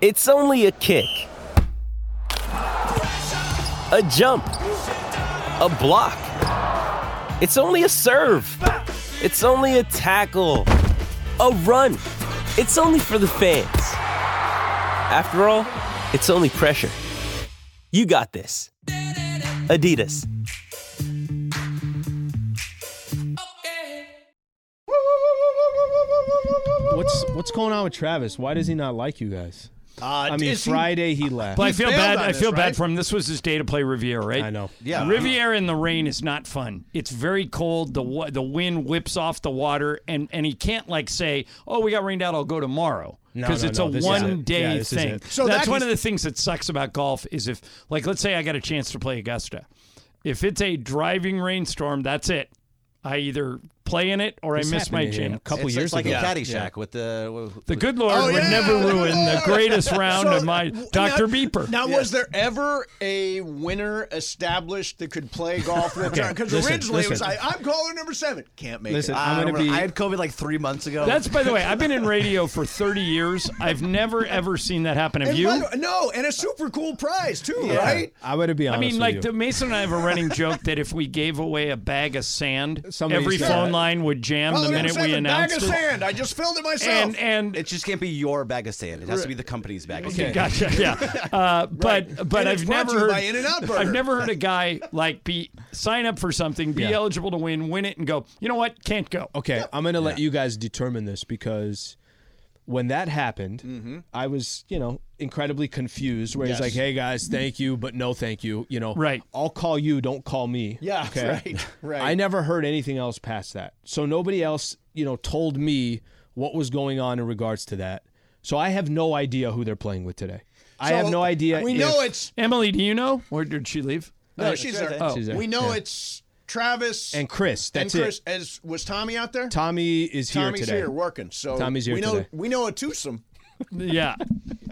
It's only a kick, a jump, a block. It's only a serve. It's only a tackle, a run. It's only for the fans. After all, it's only pressure. You got this. Adidas. What's what's going on with Travis? Why does he not like you guys? Uh, I mean, is he- Friday he left. But I He feel failed bad. on I this, feel right? bad for him. This was his day to play Riviera, right? I know. Yeah. Riviera in the rain is not fun. It's very cold. The wa- the wind whips off the water, and and he can't like say, "Oh, we got rained out. I'll go tomorrow." No, Because no, it's no, a this is one it. day Yeah, this is thing. it. So So that's that one of is- the things that sucks about golf is if, like, let's say I got a chance to play Augusta. If it's a driving rainstorm, that's it. I either play in it or This I miss happened my to him chance. a couple it's, years it's like ago. a Caddyshack Yeah. with the with, The good Lord Oh, would yeah. never ruin the greatest round of my w- Dr. now- Beeper. Now, uh, was there ever a winner established that could play golf with Okay, Because listen, originally it was listen. like, I'm calling number seven. Can't make Listen, it. I'm I gonna don't remember. be- I had COVID like three months ago. That's by the way. I've been in radio for 30 years. I've never ever seen that happen. Have And you? by the way- no, and a super cool prize too, right? I would be I honest. mean, with like you. the Mason and I have a running joke that if we gave away a bag of sand, Somebody every said phone it. line would jam the Calling minute number we seven, bag announced of it. sand. I just filled it myself. And and it just can't be your bag of sand. It has to be the company's bag of sand. Gotcha. Yeah. Uh, but but And it's I've brought never to you heard by In-N-Out I've Burger. never heard a guy like be sign up for something, be Yeah. eligible to win, win it, and go. You know what? Can't go. Okay, I'm gonna let you guys determine this because when that happened, Mm-hmm. I was, you know, incredibly confused. Where he's like, "Hey guys, thank you, but no, thank you." You know, Right. I'll call you. Don't call me. Yeah, Okay? right, right. I never heard anything else past that, so nobody else, you know, told me what was going on in regards to that. So I have no idea who they're playing with today. I have So, no idea. We if- know it's Emily, do you know where did she leave? no, she's there. Oh. She's there, We know yeah. it's Travis and Chris. and That's Chris. it. As was Tommy out there? Tommy is here Tommy's today. here working. So Tommy's here we know today. we know a twosome. Yeah.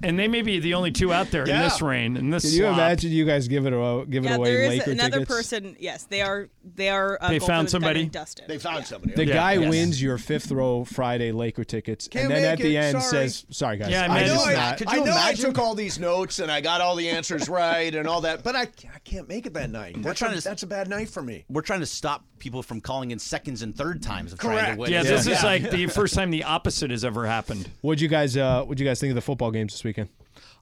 And they may be the only two out there in Yeah. this rain, in this Can you slop. imagine you guys give it away? Give Yeah, it away. there is Laker another tickets? person. Yes, they are. They are. Uh, They found gold medalist Diamond somebody? Dustin. They found Yeah. somebody. The Yeah. guy Yes. wins your fifth row Friday Laker tickets, Can't and then make at the it, end sorry. says, "Sorry guys, Yeah, I I, mean, I know, just it's I, not." Could I you know I imagine? took all these notes and I got all the answers right and all that, but I, I can't make it that night. That's, trying a, to- that's a bad night for me. We're trying to stop people from calling in seconds and third times of trying Correct. to win. Yeah, this Yeah. is Yeah. like the first time the opposite has ever happened. What'd you guys? Uh, what'd you guys think of the football games this weekend?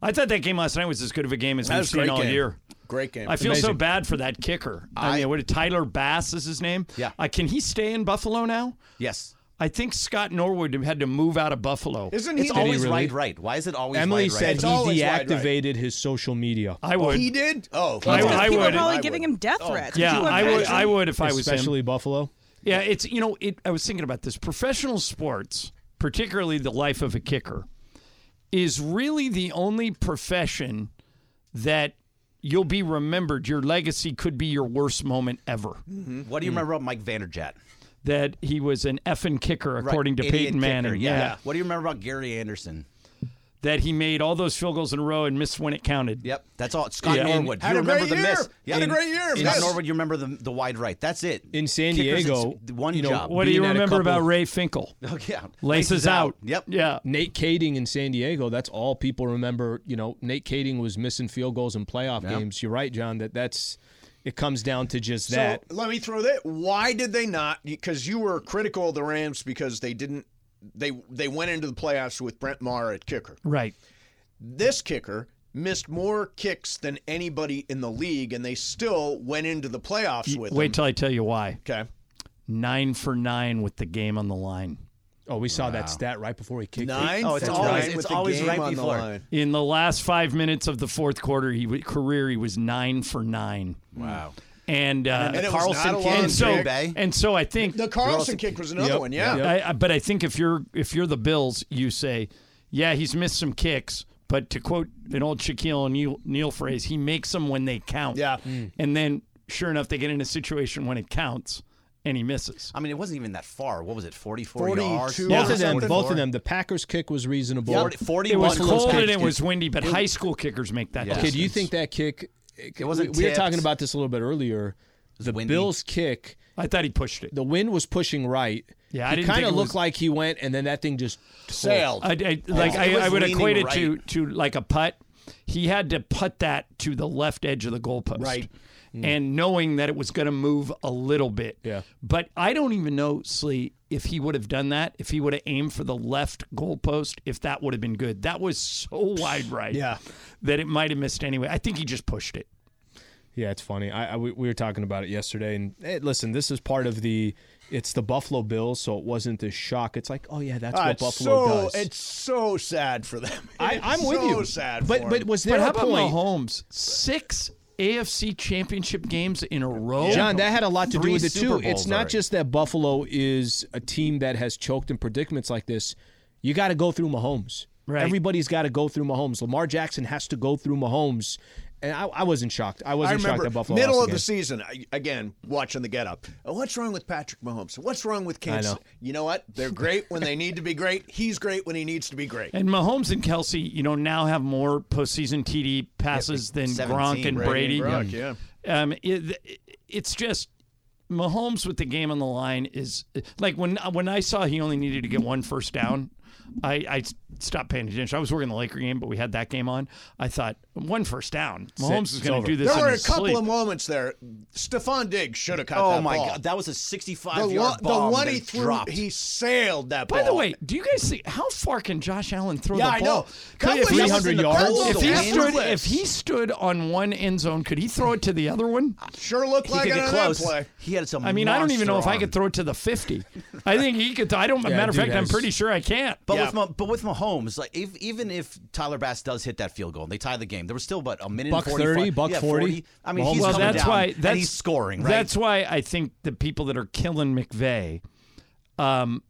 I thought that game last night was as good of a game as we've was a great seen all game. year. Great game. I feel so Amazing. bad for that kicker. I, I- mean, what Tyler Bass is his name. Yeah. Uh, can he stay in Buffalo now? Yes. I think Scott Norwood had to move out of Buffalo. Isn't he? It's the- always really? right, right. Why is it always Emily right, said It's he always wide right. deactivated his social media, I would. he did? Oh, I- Because I people would- are probably I giving would. Oh, him death threats. Could yeah, you I would. imagine? I would if I was him. especially Buffalo. Yeah, it's you know, it. I was thinking about this. Professional sports, particularly the life of a kicker, is really the only profession that you'll be remembered. Your legacy could be your worst moment ever. right? What do you remember about Mike Vanderjat? That he was an effing kicker, Right. according to Idiot Peyton kicker, Manning. Yeah. What do you remember about Gary Anderson? that he made all those field goals in a row and missed when it counted. Yep, that's all. Scott Yeah. Norwood. Had you a remember great the year. miss. Had a great year. Scott Yes. Norwood, you remember the the wide right. That's it. In San Kickers, it's Diego, one you know, job. What do you Being at a remember couple- about Ray Finkel? Oh, yeah. Laces out. Yep. Yeah. Nate Kading in San Diego. That's all people remember. You know, Nate Kading was missing field goals in playoff games. You're right, John. That that's it comes down to just that. So let me throw that. Why did they not? Because you were critical of the Rams because they didn't. They they went into the playoffs with Brent Maher at kicker. Right. This kicker missed more kicks than anybody in the league, and they still went into the playoffs with Wait him. till I tell you why. Okay. Nine for nine with the game on the line. Oh, we saw that stat right before he kicked. it. Nine. Oh, it's for always- nine it's with the always game right on the before. line. In the last five minutes of the fourth quarter, he w- career he was nine for nine. Wow. And uh, And it was Carlson not a kick. long and so kick. Bay. and so I think The Carlson kick was another Yep, one, yeah. yep. I, I, but I think if you're if you're the Bills, you say, yeah, he's missed some kicks, but to quote an old Shaquille O'Neal Neal phrase, he makes them when they count. Yeah. and then sure enough, they get in a situation when it counts, and he misses. I mean, it wasn't even that far. What was it? 44 yards. 42. Both of them, 44. both of them. The Packers kick was reasonable. Forty- 41. It was Buffalo's cold kick. and it was windy, but high school kickers make that. Okay, do you distance. think that kick? It wasn't We, we were tipped. talking about this a little bit earlier. The windy. Bills kick I thought he pushed it. The wind was pushing right. Yeah, I he didn't kind think of it looked was- like he went, and then that thing just Sailed. I, I- like I, was I would leaning equate it to to like a putt. He had to putt that to the left edge of the goalpost, Right. And knowing that it was going to move a little bit, Yeah. But I don't even know, Slee, if he would have done that, if he would have aimed for the left goalpost, if that would have been good. That was so wide right, Yeah. that it might have missed anyway. I think he just pushed it. Yeah, it's funny. I, I we, we were talking about it yesterday, and hey, listen, this is part of the. It's the Buffalo Bills, so it wasn't the shock. It's like, oh yeah, that's Ah, what it's Buffalo so does. it's so sad for them. I, It's I'm with so you. sad. but for but them. was there But how a about point? Mahomes? Six AFC Championship games in a row. John, that had a lot to do Three with it Super too. It's Bowls not already. just that Buffalo is a team that has choked in predicaments like this. You got to go through Mahomes. Right. Everybody's got to go through Mahomes. Lamar Jackson has to go through Mahomes, and I, I wasn't shocked. I I wasn't shocked remember that Buffalo middle lost of the game. season I- again watching the get up. Oh, what's wrong with Patrick Mahomes? What's wrong with Kansas? know. You know what? They're great when they need to be great. He's great when he needs to be great. And Mahomes and Kelsey, you know, now have more postseason TD passes than 17, Gronk and Brady Brady. and Gronk, yeah. Um, it, it's just Mahomes with the game on the line is like when when I saw he only needed to get one first down, I, I stopped paying attention. I was working the Laker game, but we had that game on. I thought one first down, Mahomes is it's going over. to do this. There in were a his couple sleep. of moments there. Stephon Diggs should have caught that Oh my ball. god, that was a 65 the, yard one, the bomb one that he is threw, dropped. he sailed that By ball. the way, do you guys see how far can Josh Allen throw Yeah, I the ball? know. That was- If he- that was 300 in the yards? middle of If the he wind. stood, if he stood on one end zone, could he throw it to the other one? sure looked he like could it get on that close. play. He had some. I mean, I don't even know if I could throw. throw it to the fifty. I think he could. I don't. matter of dude fact, I'm has- pretty sure I can't. But Yeah. with Mah- but with Mahomes, like if, even if Tyler Bass does hit that field goal and they tie the game, there was still about a minute Buck and 45. 30, buck yeah, 40. I mean, Mahomes- he's Well, coming that's down why that's and he's scoring. Right? That's why I think the people that are killing McVeigh, um,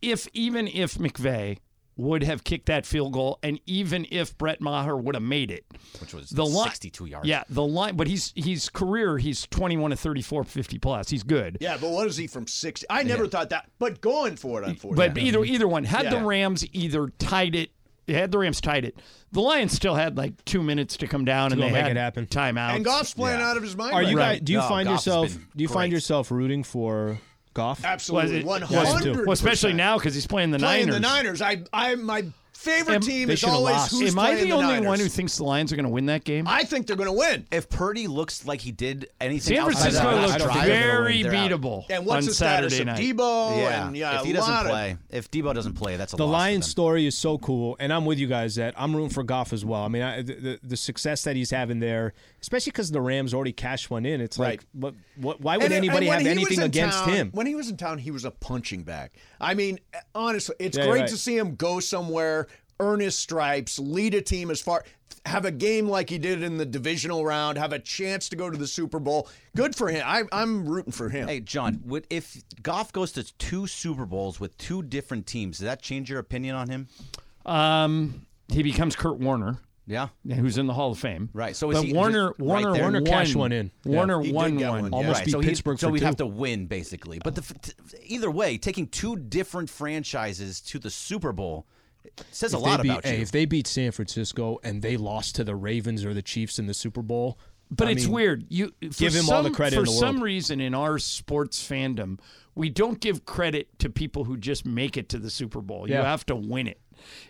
if even if McVeigh would have kicked that field goal, and even if Brett Maher would have made it, which was the line, 62 yards. Yeah, the line. But he's he's career. He's 21 to 34, 50 plus. He's good. Yeah, but what is he from 60? I never thought that. But going for it on 40. But either either one had the Yeah. Rams either tied it. Had the Rams tied it. The Lions still had like two minutes to come down, and go they make had it happen. timeouts. and Goff's playing out of his mind. Are right you now. guys? Do you No, find Goff has yourself? been Do you find great. yourself rooting for Goff? Was Absolutely. it- 100 too. well, especially now because he's playing the Playing Niners. the Niners. I, I, my favorite Am- team they is should've always lost. who's Am I playing the the only Niners. one who thinks the Lions are going to win that game? I think they're going to win. If Purdy looks like he did anything San outside of that Francisco last looks don't think drive, they're gonna very they're out. beatable And what's on the status Saturday of night. Debo? Yeah. And, yeah, if he a doesn't lot of- play, if Debo doesn't play, that's a The loss Lions for them. story is so cool, and I'm with you guys that I'm rooting for Goff as well. I mean, I, the, the the success that he's having there, especially because the Rams already cashed one in. It's like, what, what, why would And- and anybody when have he was anything in against town- him? When he was in town, he was a punching bag. I mean, honestly, it's Yeah, you're great right. to see him go somewhere, earn his stripes, lead a team as far, have a game like he did in the divisional round, have a chance to go to the Super Bowl. Good for him. I, I'm rooting for him. Hey, John, would, if Goff goes to two Super Bowls with two different teams, does that change your opinion on him? Um, he becomes Kurt Warner, Yeah. who's in the Hall of Fame. Right, so is but he- Warner, right Warner, there. won. Warner cashed one in. Yeah. Warner He did won get one. one, Almost right, beat so he'd- Pittsburgh So for we'd two. have to win basically. But the, f- t- either way, taking two different franchises to the Super Bowl says a They lot beat- about hey, you. If they beat San Francisco and they lost to the Ravens or the Chiefs in the Super Bowl, But I it's mean, weird. You for give him some, all the credit for in the world. some reason in our sports fandom. We don't give credit to people who just make it to the Super Bowl. You Yeah. have to win it.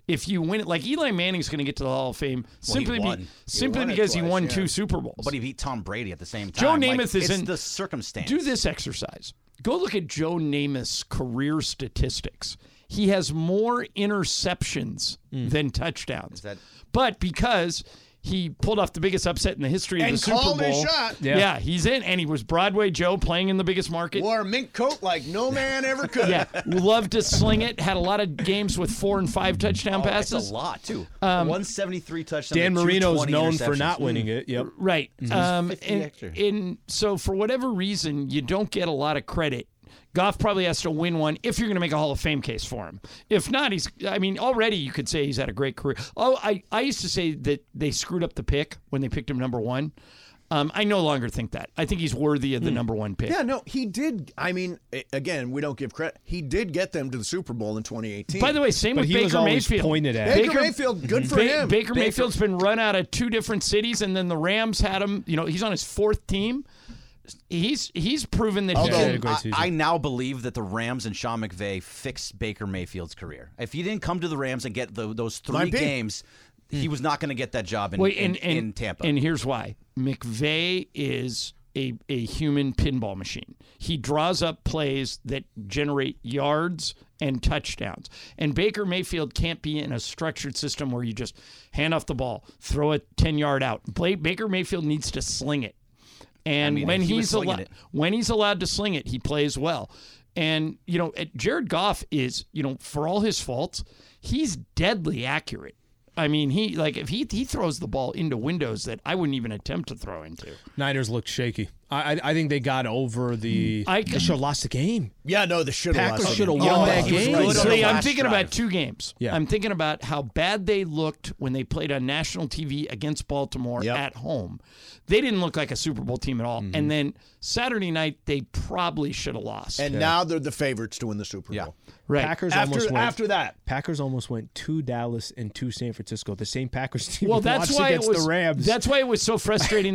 If you win it, like Eli Manning's going to get to the Hall of Fame simply be- won. simply won it because he twice, won yeah. two Super Bowls. but he beat Tom Brady at the same Joe time. Like, Namath is it's in- the circumstance. Do this exercise. Go look at Joe Namath's career statistics. He has more interceptions than touchdowns. that- But because he pulled off the biggest upset in the history of And the Super called his Bowl. shot. Yeah. he's in and he was Broadway Joe playing in the biggest market. Wore a mink coat like no man ever could. Yeah, loved to sling it. Had a lot of games with four and five touchdown Oh, that's passes. a lot too. 173 touchdowns. Um, Dan to Marino's 220 known for interceptions. not winning it. Yep. Right. Um, 50 and, extra. and so, for whatever reason, you don't get a lot of credit. Goff probably has to win one if you're going to make a Hall of Fame case for him. If not, he's, I mean, already you could say he's had a great career. Oh, I, I used to say that they screwed up the pick when they picked him number one. Um, I no longer think that. I think he's worthy of the number one pick. Hmm. Yeah, no, he did. I mean, a- again, we don't give credit. He did get them to the Super Bowl in 2018. By the way, same But with he Baker was always Mayfield. pointed at. Baker, Baker- Mayfield, good for Ba- him. Baker Mayfield's been run out of two different cities, and then the Rams had him. You know, he's on his fourth team. he's he's proven that Yeah, he had Although a great I, season. I now believe that the Rams and Sean McVay fixed Baker Mayfield's career. If he didn't come to the Rams and get tho- those three Might be. games, he was not going to get that job in, Wait, in, in Tampa. Hmm. And here's why: McVay is a a human pinball machine. He draws up plays that generate yards and touchdowns. And Baker Mayfield can't be in a structured system where you just hand off the ball, throw a ten yard out. Play, Baker Mayfield needs to sling it. And mean, when he was he's slinging allowed, it. when he's allowed to sling it, he plays well. And you know, at- Jared Goff is you know for all his faults, he's deadly accurate. I mean, he like if he he throws the ball into windows that I wouldn't even attempt to throw into. Niners looked shaky. I I, I think they got over the. I- they should have lost the game. Yeah, no, the should have Packers lost. should have it. won Oh, that he was game. good on the Honestly, I'm last thinking drive. about two games. Yeah. I'm thinking about how bad they looked when they played on national TV against Baltimore Yep. at home. They didn't look like a Super Bowl team at all. Mm-hmm. And then Saturday night, they probably should have lost. And now they're the favorites to win the Super Bowl. Yeah. right. Packers almost After went. after that, Packers almost went to Dallas and to San Francisco. The same Packers team. well, we that's watched why it against was the Rams. That's why it was so frustrating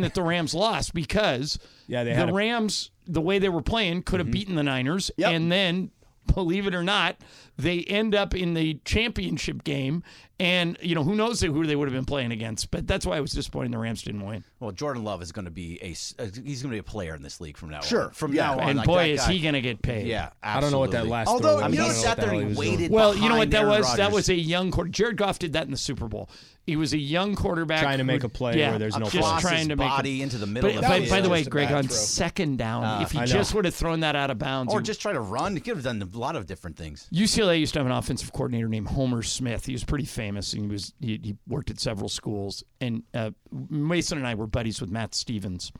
that the Rams lost because Yeah, they the had a- Mm-hmm. Rams the way they were playing could have beaten the Niners, Yep. and then believe it or not, they end up in the championship game, and you know who knows who they would have been playing against. But that's why it was disappointing the Rams didn't win. well, Jordan Love is going to be a s- uh, he's going to be a player in this league from now Sure. on. From Yeah. Oh, now on, and like, that boy, is guy- he going to get paid? Yeah, absolutely. I don't know what that last. Although, throw I was. mean, You he don't know, sat what the there hell and he he was doing. waited. Well, you know behind what that Aaron was? That Rodgers. was a young quarter. Jared Goff did that in the Super Bowl. He was a young quarterback Trying to who- make a play yeah, where there's no just ball. trying to make a- body into the middle But, of by, the by the field. way, Just a Greg, bad on throw. second down, if he I know. just would have thrown that out of bounds, or he- just try to run. He could have done a lot of different things. UCLA used to have an offensive coordinator named Homer Smith. He was pretty famous, and he was he, he worked at several schools. And uh, Mason and I were buddies with Matt Stevens,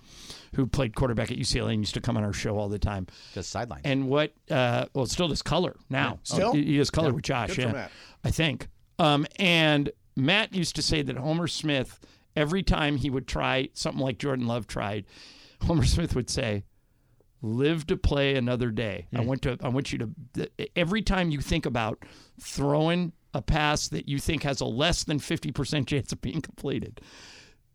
who played quarterback at UCLA and used to come on our show all the time. Just sideline. And what? Uh, well, still does color now. Oh, Still? he, he does color with Josh. for yeah, Matt. I think. Um, and Matt used to say that Homer Smith, every time he would try something like Jordan Love tried, Homer Smith would say, "Live to play another day." I Hmm. want to. I want you to. th- Every time you think about throwing a pass that you think has a less than fifty percent chance of being completed.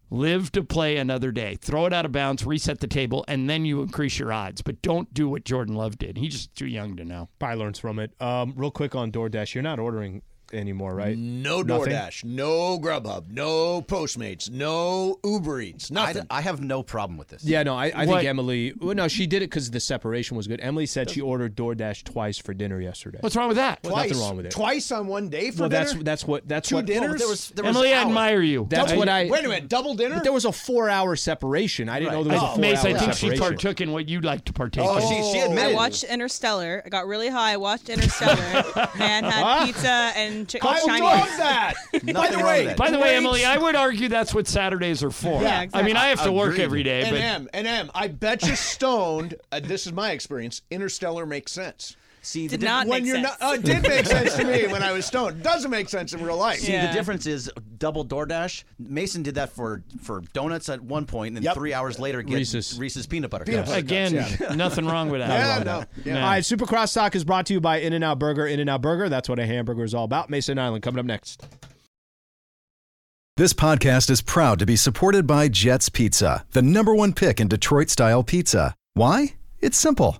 Live to play another day. Throw it out of bounds, reset the table, and then you increase your odds. But don't do what Jordan Love did. He's just too young to know. I learned from it. Um, real quick on DoorDash, you're not ordering anymore, right? Mm. no Nothing? DoorDash, no Grubhub, no Postmates, no Uber Eats, I, nothing. I have no problem with this. Yeah, no, I, I What? think Emily. Well, no, she did it because the separation was good. Emily said she ordered DoorDash twice for dinner yesterday. What's wrong with that? twice, nothing wrong with it. Twice on one day for well, dinner. that's that's what that's two what. dinners. Well, there was, there was Emily, I hours. admire you. That's what I. Wait a minute, double dinner. But there was a four-hour separation. I didn't know there was a I, four-hour Oh, Mace, I separation. think she partook in what you like to partake Oh, in. she, she admitted. I it. watched Interstellar. I got really high. I watched Interstellar and had pizza and chi- I love Chinese. that. By Nothing the wrong way, with that. By the way, great Emily, I would argue that's what Saturdays are for. Yeah, I mean, I have to work Agreed. every day, And but M and M, I bet you stoned. Uh, this is my experience. Interstellar makes sense. See, the Did di- not when make you're sense. not, oh, it did make sense to me when I was stoned. Doesn't make sense in real life. See, Yeah. the difference is double DoorDash. Mason did that for for donuts at one point, and then Yep. three hours later, get Reese's. Reese's peanut butter. cups. butter. again, nothing wrong with that. Yeah, I love no. that. Yeah. All right, Super Cross Talk is brought to you by In and Out Burger. In and Out Burger, that's what a hamburger is all about. Mason Island coming up next. This podcast is proud to be supported by Jets Pizza, the number one pick in Detroit style pizza. Why? It's simple.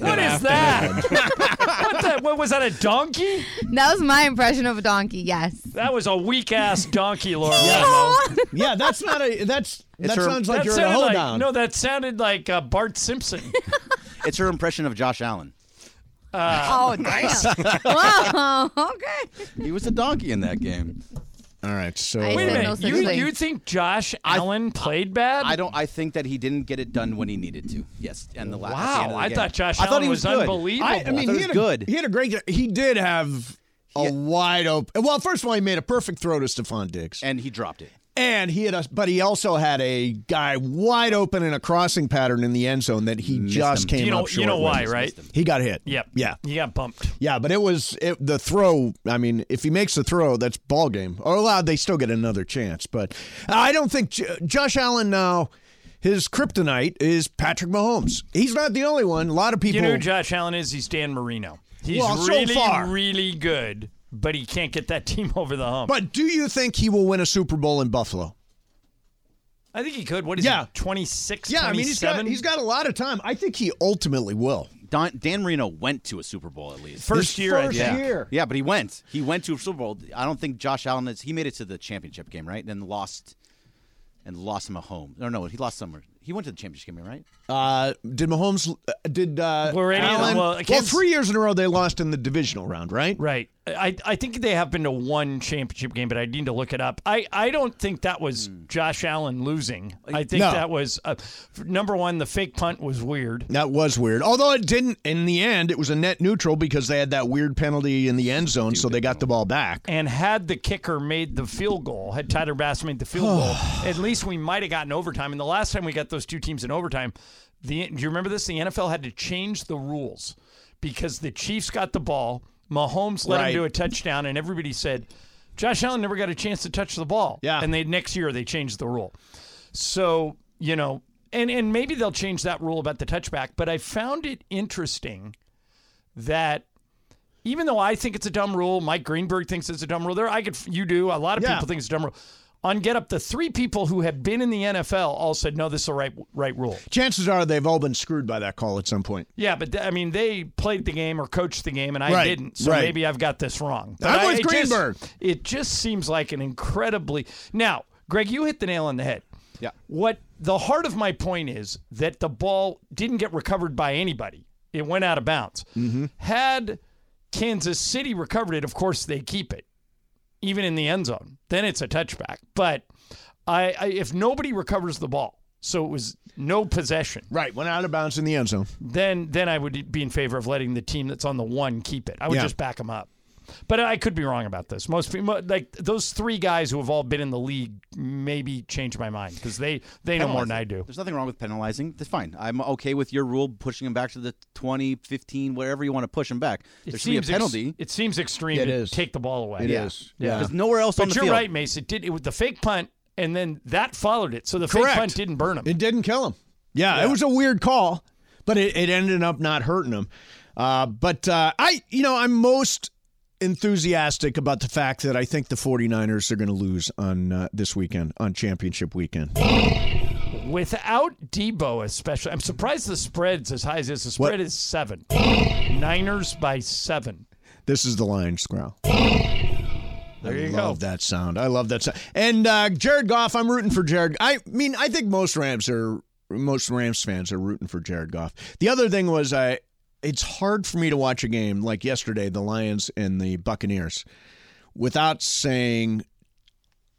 What is that? what, the, what was that? A donkey? That was my impression of a donkey. Yes. That was a weak ass donkey, Laura. Yeah, that's not a. That's that her- sounds like That you're in a sounded hold like down. no. That sounded like uh, Bart Simpson. It's her impression of Josh Allen. oh, nice. wow. Okay. He was a donkey in that game. All right, so I said Wait a minute. no such you thing. you think Josh Allen played bad? I don't. I think that he didn't get it done when he needed to. Yes, and the last. at the end Wow, of the I game. thought Josh I Allen thought he was, was, good. unbelievable. I, I mean, thought he it had a, was good. He had a great. He did have a wide open. Well, first of all, he made a perfect throw to Stephon Diggs, and he dropped it. and he had a. But he also had a guy wide open in a crossing pattern in the end zone that he just came you know, up short. you know with. why, right? He got hit. Yep. Yeah. He got bumped. Yeah, but it was it, the throw. I mean, if he makes the throw, that's ball game. Or allowed, they still get another chance. But I don't think J- Josh Allen now. His kryptonite is Patrick Mahomes. He's not the only one. A lot of You people. know who Josh Allen is? He's Dan Marino. He's Well, so really, far. really good, but he can't get that team over the hump. but do you think he will win a Super Bowl in Buffalo? I think he could. What is Yeah. he? 26, Yeah, I mean he's got 27? he's got a lot of time. I think he ultimately will. Don, Dan Marino went to a Super Bowl at least. first His year. I first think. yeah. year. Yeah, but he went. He went to a Super Bowl. I don't think Josh Allen is. He made it to the championship game, right? And then lost. And lost him a home. No, no, he lost somewhere. He went to the championship game, right? Uh, did Mahomes? Uh, did uh, We're ready to- Allen? well, Well, Kansas- three years in a row they lost in the divisional round, right? Right. I, I think they have been to one championship game, but I need to look it up. I, I don't think that was Josh Allen losing. I think Hmm. No. that was uh, f- number one. The fake punt was weird. That was weird. Although it didn't in the end, it was a net neutral because they had that weird penalty in the end zone, so they got the ball back. And had the kicker made the field goal, had Tyler Bass made the field goal, at least we might have gotten overtime. And the last time we got those two teams in overtime, the do you remember this? The NFL had to change the rules because the Chiefs got the ball, Mahomes let Right. him do a touchdown, and everybody said Josh Allen never got a chance to touch the ball. Yeah. And they next year they changed the rule. So, you know, and and maybe they'll change that rule about the touchback, but I found it interesting that even though I think it's a dumb rule, Mike Greenberg thinks it's a dumb rule. There, I could, you do. A lot of Yeah. people think it's a dumb rule. On Get Up, the three people who had been in the NFL all said, "No, this is the right right rule." Chances are they've all been screwed by that call at some point. Yeah, but th- I mean, they played the game or coached the game, and I Right, didn't. So right. maybe I've got this wrong. But I'm I- with it just- Greenberg. it just seems like an incredibly now, Greg. You hit the nail on the head. Yeah. What the heart of my point is that the ball didn't get recovered by anybody. It went out of bounds. Mm-hmm. Had Kansas City recovered it, of course they keep it, even in the end zone. Then it's a touchback. But I, I if nobody recovers the ball, so it was no possession Right, went out of bounds in the end zone. then then I would be in favor of letting the team that's on the one keep it. I would Yeah. just back them up. But I could be wrong about this. Most people, like those three guys who have all been in the league, maybe change my mind because they they know more than I do. There's nothing wrong with penalizing. That's fine. I'm okay with your rule pushing him back to the 20, 15, wherever you want to push him back. It there should be a seems ex- penalty. it seems extreme It to is. take the ball away. It is. Yeah. There's nowhere else on the But you're field. right, Mace. It did it, with the fake punt, and then that followed it. So the fake Correct. punt didn't burn him. It didn't kill him. Yeah, it was a weird call, but it, it ended up not hurting him. Uh, but uh, I, you know, I'm most enthusiastic about the fact that I think the 49ers are going to lose on uh, this weekend, on championship weekend. Without Debo, especially, I'm surprised the spread's as high as this. The What- spread is seven. Niners by seven. This is the Lions growl. There I you go. love that sound. I love that sound. And uh, Jared Goff, I'm rooting for Jared. I mean, I think most Rams are most Rams fans are rooting for Jared Goff. The other thing was I it's hard for me to watch a game like yesterday, the Lions and the Buccaneers, without saying,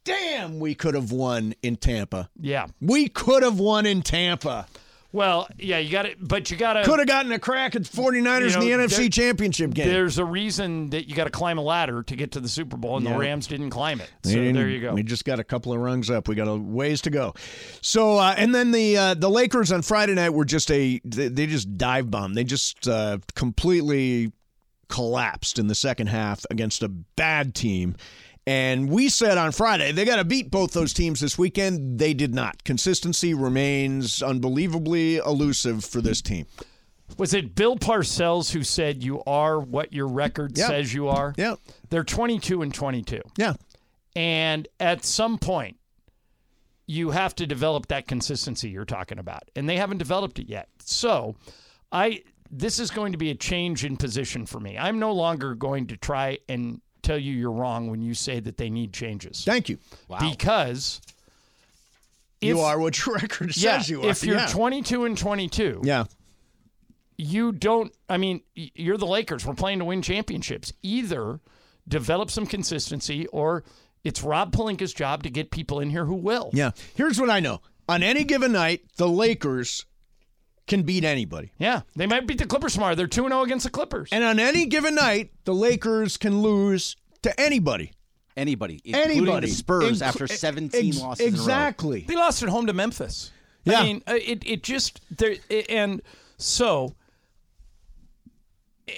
"Damn, we could have won in Tampa. Yeah. We could have won in Tampa. Well, yeah, you got it, but you got to. Could have gotten a crack at the 49ers You know, in the there- NFC Championship game." There's a reason that you got to climb a ladder to get to the Super Bowl, and Yeah. the Rams didn't climb it. We So didn't- there you go. We just got a couple of rungs up. We got a ways to go. So uh, and then the uh, the Lakers on Friday night were just a they, they just dive bomb. They just uh, completely collapsed in the second half against a bad team. And we said on Friday they got to beat both those teams this weekend. They did not. Consistency remains unbelievably elusive for this team. Was it Bill Parcells who said you are what your record Yeah. says you are? Yeah, They're 22 and 22, yeah, and at some point, you have to develop that consistency you're talking about, and they haven't developed it yet. So, I this is going to be a change in position for me. I'm no longer going to try and tell you you're wrong when you say that they need changes Thank you. because you if- are what your record yeah, says you are. if you're yeah. 22 and 22, yeah. you don't i mean y- you're the lakers we're playing to win championships either develop some consistency or it's rob palinka's job to get people in here who will Yeah. Here's what I know. On any given night, the Lakers can beat anybody. Yeah, they might beat the clippers tomorrow they're 2-0 against the clippers And on any given night, the Lakers can lose to anybody. Anybody, including the Anybody. Spurs, Inclu- e- after 17 ex- losses Exactly. They lost at home to Memphis. Yeah. I mean, uh, it it just there it, and so.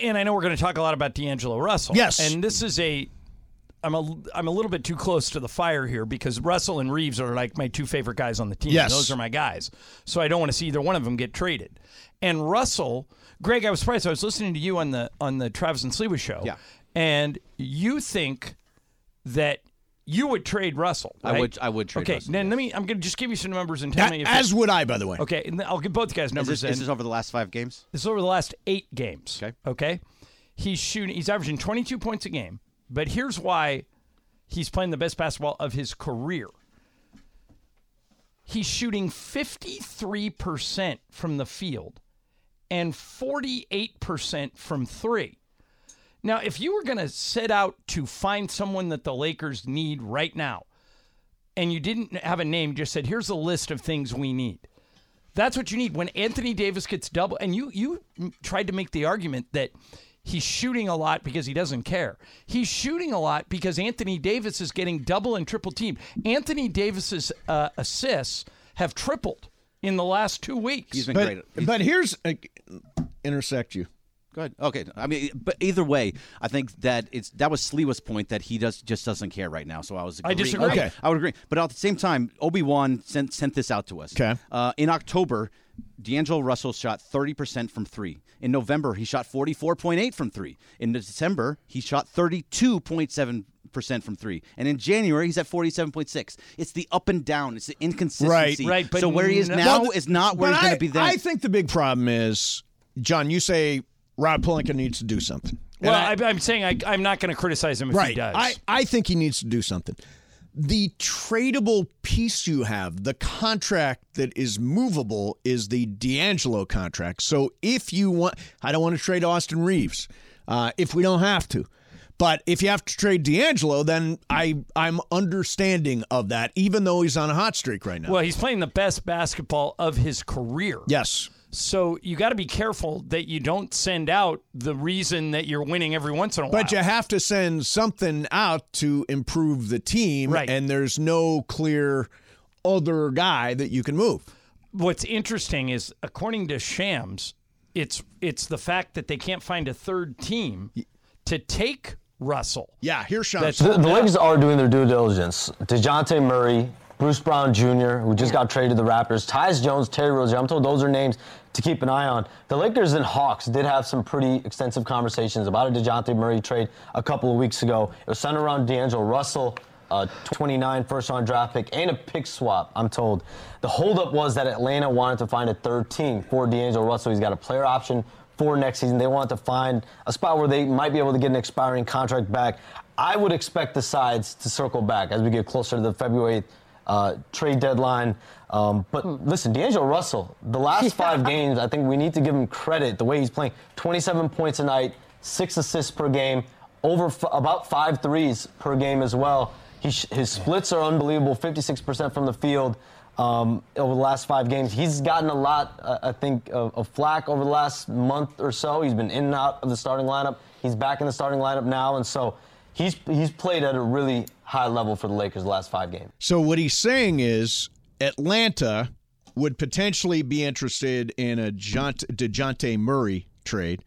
And I know we're going to talk a lot about D'Angelo Russell. Yes. and this is a. I'm a, I'm a little bit too close to the fire here because Russell and Reeves are like my two favorite guys on the team. Yes. Those are my guys. So I don't want to see either one of them get traded. And Russell, Greg, I was surprised. I was listening to you on the on the Travis and Sleeva show. Yeah. And you think that you would trade Russell. I right? would- I would trade okay, Russell, then let me I'm gonna just give you some numbers and tell That- me if as would I, by the way. Okay, and I'll give both guys in a row. Is this, numbers. then. is this over the last five games? This is over the last eight games. Okay. Okay. He's shooting. He's averaging 22 points a game. But here's why he's playing the best basketball of his career. He's shooting 53% from the field and 48% from three. Now, if you were going to set out to find someone that the Lakers need right now, and you didn't have a name, just said, here's a list of things we need. That's what you need when Anthony Davis gets double. And you you m- tried to make the argument that he's shooting a lot because he doesn't care. He's shooting a lot because Anthony Davis is getting double and triple teamed. Anthony Davis's uh, assists have tripled in the last two weeks. He's been But, great. He's- but here's uh, intersect you. Go ahead. Okay. I mean, but either way, I think that it's that was Sliwa's point that he does just doesn't care right now. So I was. Agreeing. disagree. Okay. I would agree. But at the same time, Obi Wan sent sent this out to us. Okay. Uh, in October, D'Angelo Russell shot thirty percent from three. In November, he shot forty four point eight from three. In December, he shot thirty two point seven percent from three. And in January, he's at forty seven point six. It's the up and down. It's the inconsistency. Right, but so where he is no- now Well, is not where But he's going I- to be then. I think the big problem is, John, you say Rob Pelinka needs to do something. And well, I- I, I'm saying I, I'm not going to criticize him if he does. I, I think he needs to do something. The tradable piece you have, the contract that is movable, is the D'Angelo contract. So if you want, I don't want to trade Austin Reeves uh, if we don't have to. But if you have to trade D'Angelo, then I I'm understanding of that, even though he's on a hot streak right now. well, he's playing the best basketball of his career. yes, So you got to be careful that you don't send out the reason that you're winning every once in a while. but you have to send something out to improve the team, Right. and there's no clear other guy that you can move. what's interesting is according to Shams, it's it's the fact that they can't find a third team to take Russell. Yeah, here's Sean. That's The, the Lakers are doing their due diligence. DeJounte Murray, Bruce Brown Jr., who just got traded to the Raptors, Tyus Jones, Terry Rozier. I'm told those are names to keep an eye on. The Lakers and Hawks did have some pretty extensive conversations about a DeJounte Murray trade a couple of weeks ago. It was centered around D'Angelo Russell. A 29 first round draft pick and a pick swap, I'm told. The holdup was that Atlanta wanted to find a third team for D'Angelo Russell. He's got a player option for next season. They want to find a spot where they might be able to get an expiring contract back. I would expect the sides to circle back as we get closer to the February uh, trade deadline. Um, but listen, D'Angelo Russell, the last five games, I think we need to give him credit the way he's playing 27 points a night, six assists per game, over f- about five threes per game as well. He sh- his splits are unbelievable 56% from the field um, over the last five games. He's gotten a lot, uh, I think, of, of flack over the last month or so. He's been in and out of the starting lineup. He's back in the starting lineup now, and so he's he's played at a really high level for the Lakers the last five games. So what he's saying is Atlanta would potentially be interested in a Jont- DeJounte Murray trade,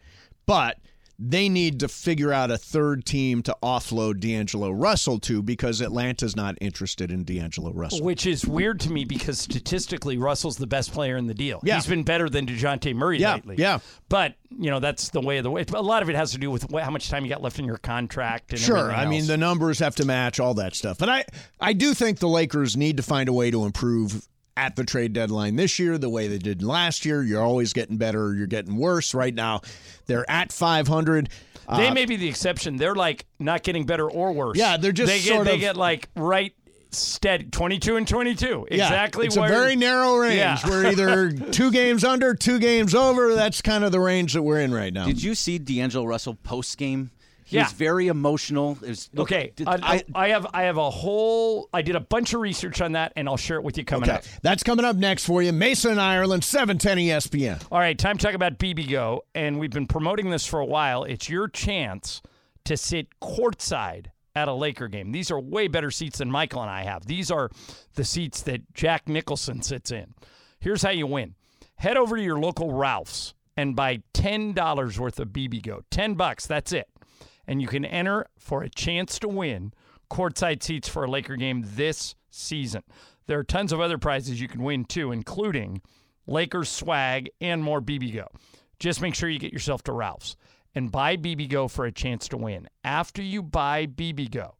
but they need to figure out a third team to offload D'Angelo Russell to because Atlanta's not interested in D'Angelo Russell. Which is weird to me because statistically, Russell's the best player in the deal. Yeah. He's been better than DeJounte Murray Yeah, lately. yeah. But, you know, that's the way of the way. A lot of it has to do with wh- how much time you got left in your contract. And Sure, everything I mean else. the numbers have to match all that stuff, and I I do think the Lakers need to find a way to improve at the trade deadline this year the way they did last year. You're always getting better, you're getting worse. Right now, they're at 500. they Uh, may be the exception. They're like not getting better or worse. Yeah, they're just they get, sort they of- get like right steady, twenty two and twenty two, Yeah, exactly. It's where, a very narrow range. Yeah. We're either two games under, two games over. That's kind of the range that we're in right now. Did you see D'Angelo Russell post game? He Yeah. was very emotional. It was, look, Okay, did- I, I- I have I have a whole. I did a bunch of research on that, and I'll share it with you coming Okay, up. that's coming up next for you. Mason, Ireland, E 710 ESPN. All right, time to talk about BBGO, and we've been promoting this for a while. It's your chance to sit courtside at a Laker game. These are way better seats than Michael and I have. These are the seats that Jack Nicholson sits in. Here's how you win. Head over to your local Ralph's and buy $10 worth of BBGO. 10 bucks, that's it. And you can enter for a chance to win courtside seats for a Laker game this season. There are tons of other prizes you can win too, including Lakers swag, and more BBGO. Just make sure you get yourself to Ralph's and buy BBGO for a chance to win. After you buy BBGO,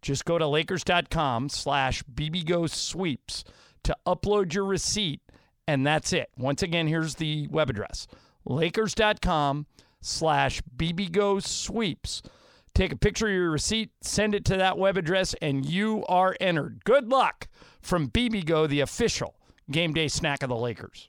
just go to lakers.com slash BBGO sweeps to upload your receipt, and that's it. Once again, here's the web address, lakers.com slash BBGO sweeps. Take a picture of your receipt, send it to that web address, and you are entered. Good luck from BBGO, the official game day snack of the Lakers.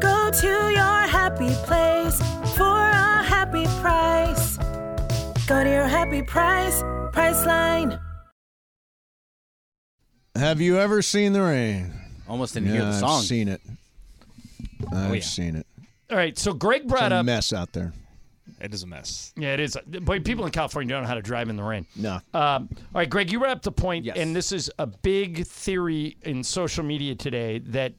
Go to your happy place for a happy price. Go to your happy price, Priceline. Have you ever seen the rain? Almost didn't hear the I've song. Oh, seen it. I've yeah. seen it. All right, so Greg It's brought a up. mess out there. It is a mess. Yeah, it is. But people in California don't know how to drive in the rain. No. Um, all right, Greg, you brought up the point, and this is a big theory in social media today that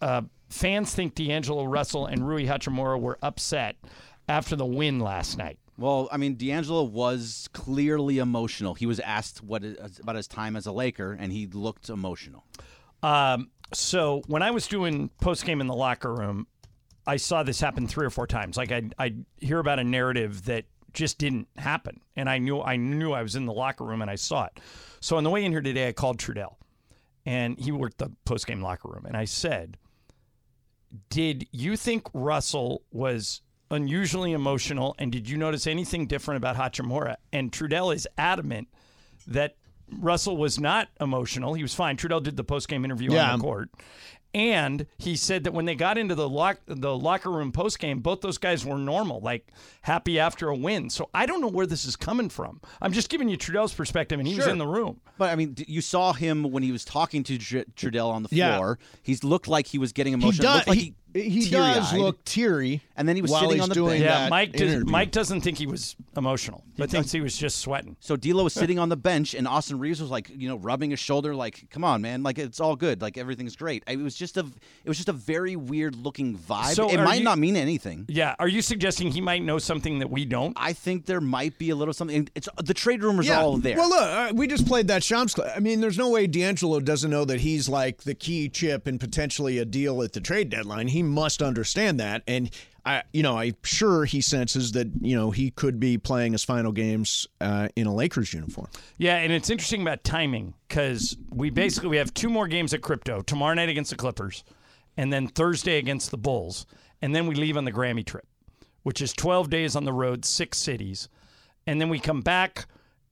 uh, fans think D'Angelo Russell and Rui Hachimura were upset after the win last night. Well, I mean, D'Angelo was clearly emotional. He was asked what about his time as a Laker, and he looked emotional. Um, so when I was doing post game in the locker room, I saw this happen three or four times. Like I I hear about a narrative that just didn't happen, and I knew I knew I was in the locker room and I saw it. So on the way in here today, I called Trudell, and he worked the post game locker room, and I said, "Did you think Russell was?" Unusually emotional, and did you notice anything different about Hachimura? And Trudell is adamant that Russell was not emotional. He was fine. Trudell did the post game interview Yeah. on the court, and he said that when they got into the lock the locker room post game, both those guys were normal, like happy after a win. So I don't know where this is coming from. I'm just giving you Trudell's perspective, and he was Sure. in the room. But I mean, d- you saw him when he was talking to Tr- Trudell on the Yeah. floor. He's looked like he was getting emotional. does- Looked like he- he, he does teary-eyed. look teary, and then he was while sitting he's on the doing bench. Yeah, Mike does, Mike doesn't think he was emotional. He thinks he was just sweating. So D'Lo was sitting on the bench, and Austin Reeves was like, you know, rubbing his shoulder, like, "Come on, man! Like it's all good. Like everything's great." It was just a, it was just a very weird looking vibe. So it are might you- not mean anything. Yeah, are you suggesting he might know something that we don't? I think there might be a little something. It's the trade rumors are all there. Well, look, uh, we just played that Shams. clip. I mean, there's no way D'Angelo doesn't know that he's like the key chip and potentially a deal at the trade deadline. He must understand that, and I, you know, I'm sure he senses that you know he could be playing his final games uh, in a Lakers uniform. Yeah, and it's interesting about timing because we basically we have two more games at crypto tomorrow night against the Clippers, and then Thursday against the Bulls, and then we leave on the Grammy trip, which is twelve days on the road, six cities, and then we come back,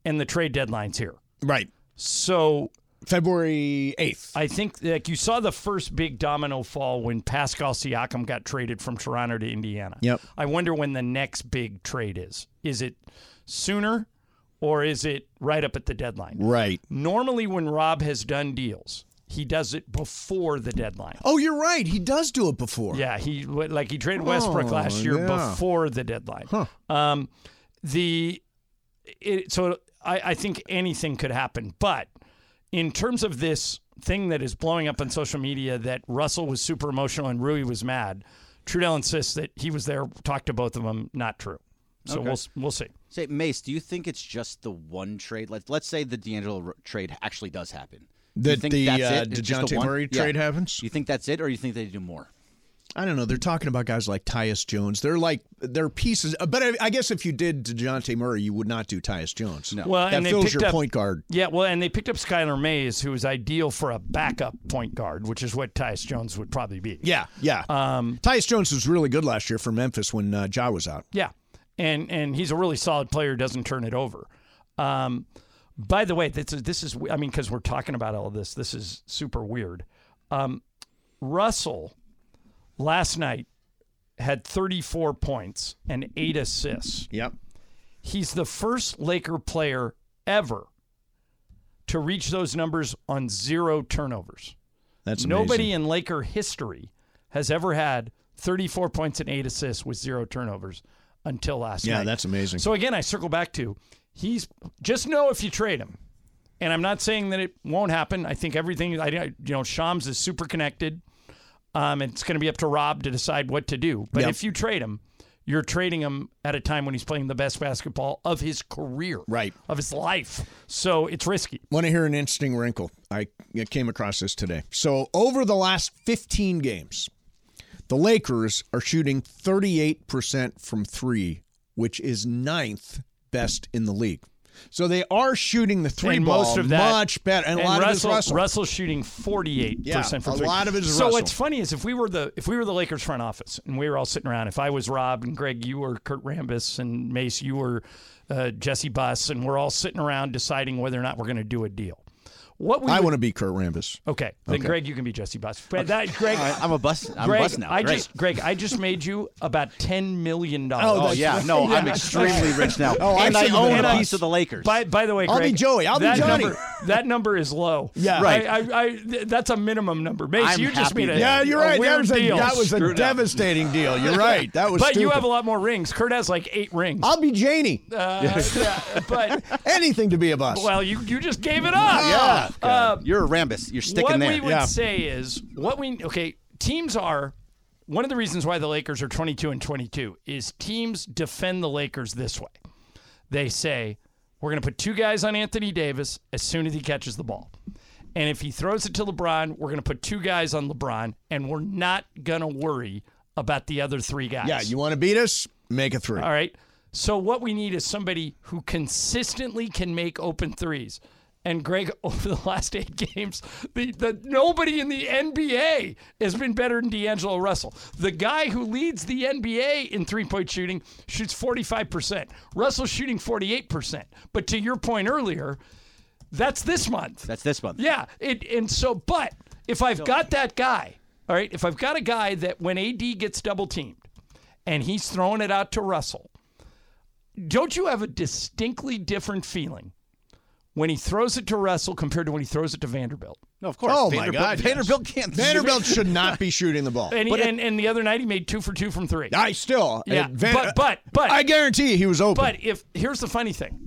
and the trade deadline's here. Right. So February eighth. I think like you saw the first big domino fall when Pascal Siakam got traded from Toronto to Indiana. Yep. I wonder when the next big trade is. Is it sooner or is it right up at the deadline? Right. Normally, when Rob has done deals, he does it before the deadline. Oh, you're right. He does do it before. Yeah, he like he traded Westbrook Oh, last year yeah. before the deadline. Um, the it, so I, I think anything could happen, but in terms of this thing that is blowing up on social media that Russell was super emotional and Rui was mad, Trudell insists that he was there, talked to both of them. Not true. So Okay. we'll we'll see. Say, Mace, do you think it's just the one trade? Like, let's say the D'Angelo r- trade actually does happen. Do you That think the, that's uh, it? It's just the DeJounte one? Murray trade happens? You think that's it, or you think they do more? I don't know. They're talking about guys like Tyus Jones. They're like they're pieces. uh, But I, I guess if you did Dejounte Murray, you would not do Tyus Jones. No, Well, that and they fills picked your up, point guard. Yeah, well, and they picked up Skylar Mays, who is ideal for a backup point guard, which is what Tyus Jones would probably be. Yeah, yeah. Um, Tyus Jones was really good last year for Memphis when uh, Ja was out. Yeah, and and he's a really solid player. Doesn't turn it over. Um, by the way, this is this is I mean because we're talking about all this. This is super weird. Um, Russell last night had 34 points and eight assists. Yep. He's the first Laker player ever to reach those numbers on zero turnovers. That's Nobody in Laker history has ever had 34 points and eight assists with zero turnovers until last Yeah, night. that's amazing. So again, I circle back to he's just know if you trade him, and I'm not saying that it won't happen. I think everything I I- you know Shams is super connected. Um, and it's going to be up to Rob to decide what to do. But Yep. if you trade him, you're trading him at a time when he's playing the best basketball of his career, right? Of his life. So it's risky. Want to hear an interesting wrinkle? I I came across this today. So over the last 15 games, the Lakers are shooting 38% from three, which is ninth best in the league. So they are shooting the three and ball most of that much better, and, a lot Russell, of it is Russell. Russell's shooting forty eight Yeah, percent from a three. lot of it is so Russell. what's funny is if we were the if we were the Lakers front office and we were all sitting around. If I was Rob and Greg, you were Kurt Rambis and Mace, you were uh, Jesse Buss, and we're all sitting around deciding whether or not we're going to do a deal. What we I would- want to be Kurt Rambis. Okay, then Okay. Greg, you can be Jesse Buss. But that, Greg, All right, I'm a bus- I'm a Greg, bus now. I Great. just, Greg, I just made you about ten million dollars. Oh, yeah. No, I'm extremely rich now. Oh, I And I see the own a difference. piece of the Lakers. By, by the way, I'll be Greg, Joey. I'll be that Johnny. Number, that number is low. Yeah. Right. I, I, I, th- that's a minimum number. Mace, I'm you just happy made a that- Yeah, you're a right. That weird was a- deal. that was a Screwed up. devastating deal. You're right. That was But you stupid. have a lot more rings. Kurt has like eight rings. I'll be Janie. Uh, yeah, but Anything to be a bus. well, you you just gave it up. Yeah. Uh, You're a Rambus. You're sticking what there. we would say is what we okay. Teams are one of the reasons why the Lakers are 22 and 22 is teams defend the Lakers this way. They say we're going to put two guys on Anthony Davis as soon as he catches the ball. And if he throws it to LeBron, we're going to put two guys on LeBron and we're not going to worry about the other three guys. yeah, you want to beat us? Make a three. All right. So what we need is somebody who consistently can make open threes. And Greg, over the last eight games, the, the nobody in the NBA has been better than D'Angelo Russell. The guy who leads the NBA in three-point shooting shoots 45%. Russell's shooting 48%. But to your point earlier, that's this month. That's this month. Yeah, it, and so, but if I've got that guy, all right, if I've got a guy that when AD gets double teamed and he's throwing it out to Russell, don't you have a distinctly different feeling when he throws it to Russell compared to when he throws it to Vanderbilt? No, of course. Oh Vanderbilt- my God! yes. Vanderbilt can't. Vanderbilt should not be shooting the ball. And, he, But it- and, and the other night he made two for two from three. I still. Yeah, it- Van- but- but- but- I guarantee you he was open. But if here's the funny thing,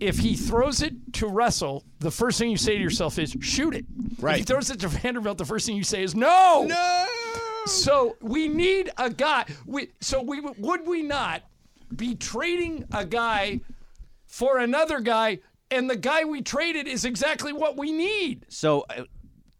if he throws it to Russell, the first thing you say to yourself is shoot it. If he Right. throws it to Vanderbilt, the first thing you say is no. No. So we need a guy. We, so we would we not be trading a guy for another guy, and the guy we traded is exactly what we need. So, uh,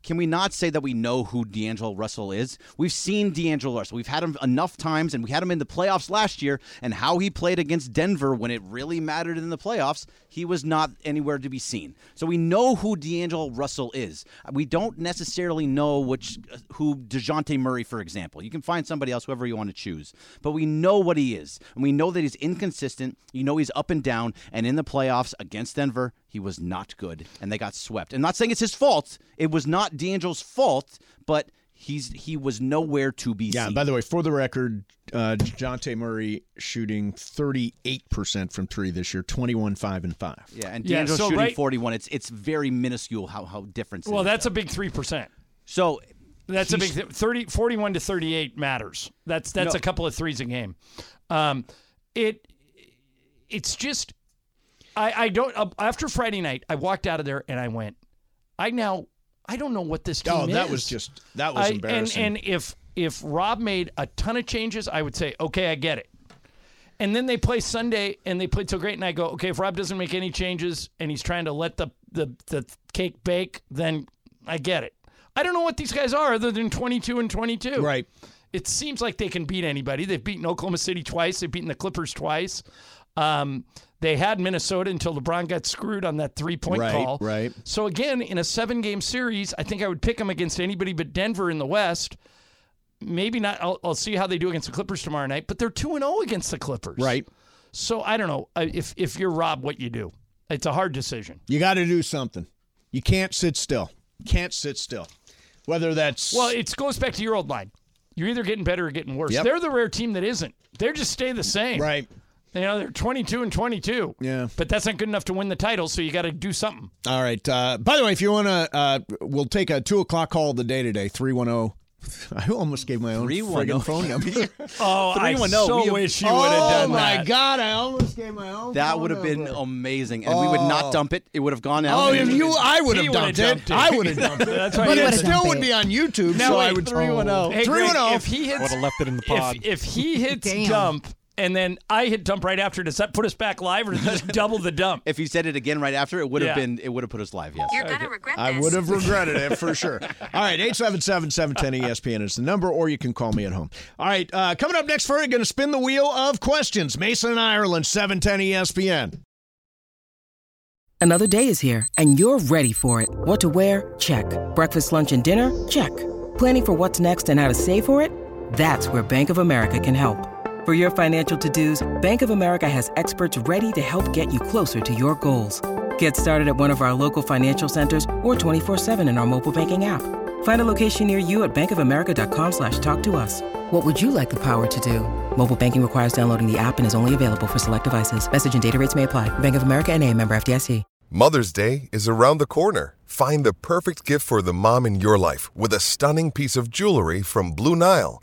Can we not say that we know who D'Angelo Russell is? We've seen D'Angelo Russell. We've had him enough times, and we had him in the playoffs last year, and how he played against Denver when it really mattered in the playoffs, he was not anywhere to be seen. So we know who D'Angelo Russell is. We don't necessarily know which uh, who DeJounte Murray, for example. You can find somebody else, whoever you want to choose. But we know what he is. And we know that he's inconsistent. You know he's up and down. And in the playoffs against Denver, he was not good. And they got swept. I'm not saying it's his fault. It was not D'Angelo's fault, but he's he was nowhere to be Yeah, seen. and by the way, for the record, uh, Jonte Murray shooting 38% from three this year, 21, 5, and 5. Yeah, and Yeah, D'Angelo's so shooting right- 41. It's it's very minuscule how how different. Well, that's a big three percent. So that's a big he's- th- 30, 41 to thirty eight matters. That's that's No. a couple of threes a game. Um, it it's just I I don't uh, after Friday night I walked out of there and I went I now I don't know what this team Oh, that is. was just- that was I- and- embarrassing. and if if Rob made a ton of changes, I would say okay, I get it. And then they play Sunday and they played so great. And I go, okay, if Rob doesn't make any changes and he's trying to let the, the, the cake bake, then I get it. I don't know what these guys are other than 22 and 22. Right. It seems like they can beat anybody. They've beaten Oklahoma City twice, they've beaten the Clippers twice. Um, they had Minnesota until LeBron got screwed on that three point Right, call. right. So, again, in a seven game series, I think I would pick them against anybody but Denver in the West. Maybe not. I'll, I'll see how they do against the Clippers tomorrow night, but they're 2 and 0 against the Clippers. Right. So I don't know uh, if if you're Rob, what you do. It's a hard decision. You got to do something. You can't sit still. Can't sit still. Whether that's. Well, it goes back to your old line. You're either getting better or getting worse. Yep. They're the rare team that isn't. They just stay the same. Right. You know, they're 22 and 22. Yeah. But that's not good enough to win the title, so you got to do something. All right. Uh, by the way, if you want to, uh, we'll take a 2 o'clock call of the day today, 310. I almost gave my own friggin' phone number. oh, I 310, so we have- wish you Oh, would've done my that. God. I almost gave my own That phone would have been number. amazing, and we would not Oh. dump it. It would have gone out. Oh, if you, I would He have would've dumped, it. dumped it. I would have dumped it. That's right. but He it would've still dumped would it. be on YouTube, Now so wait, I would. Oh. 310. Hey, Greg, 310. if he hits- Would've left it in the pod. If, if he hits dump and then I hit dump right after, does that put us back live or does it just double the dump? If you said it again right after, it would have Yeah. been. It would have put us live. Yes. You're gonna regret I would have regretted it for sure. All right, 877 710 ESPN is the number, or you can call me at home. All right, uh, coming up next, we're going to spin the wheel of questions. Mason in Ireland, E 710 ESPN. Another day is here, and you're ready for it. What to wear? Check. Breakfast, lunch, and dinner? Check. Planning for what's next and how to save for it? That's where Bank of America can help. For your financial to dos, Bank of America has experts ready to help get you closer to your goals. Get started at one of our local financial centers or 24-7 in our mobile banking app. Find a location near you at bankofamerica.com slash talk to us. What would you like the power to do? Mobile banking requires downloading the app and is only available for select devices. Message and data rates may apply. Bank of America and a member FDIC. Mother's Day is around the corner. Find the perfect gift for the mom in your life with a stunning piece of jewelry from Blue Nile.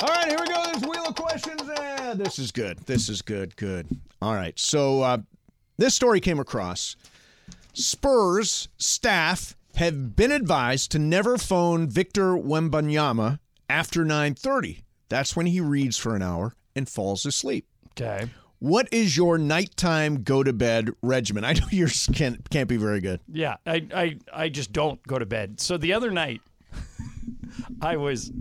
All right, here we go. There's Wheel of Questions. Eh, this is good. This is good. Good. All right. So uh, this story came across. Spurs staff have been advised to never phone Victor Wembanyama after 9:30. That's when he reads for an hour and falls asleep. Okay. What is your nighttime go to bed regimen? I know yours can't can't be very good. Yeah, I, I, I just don't go to bed. So the other night, I was,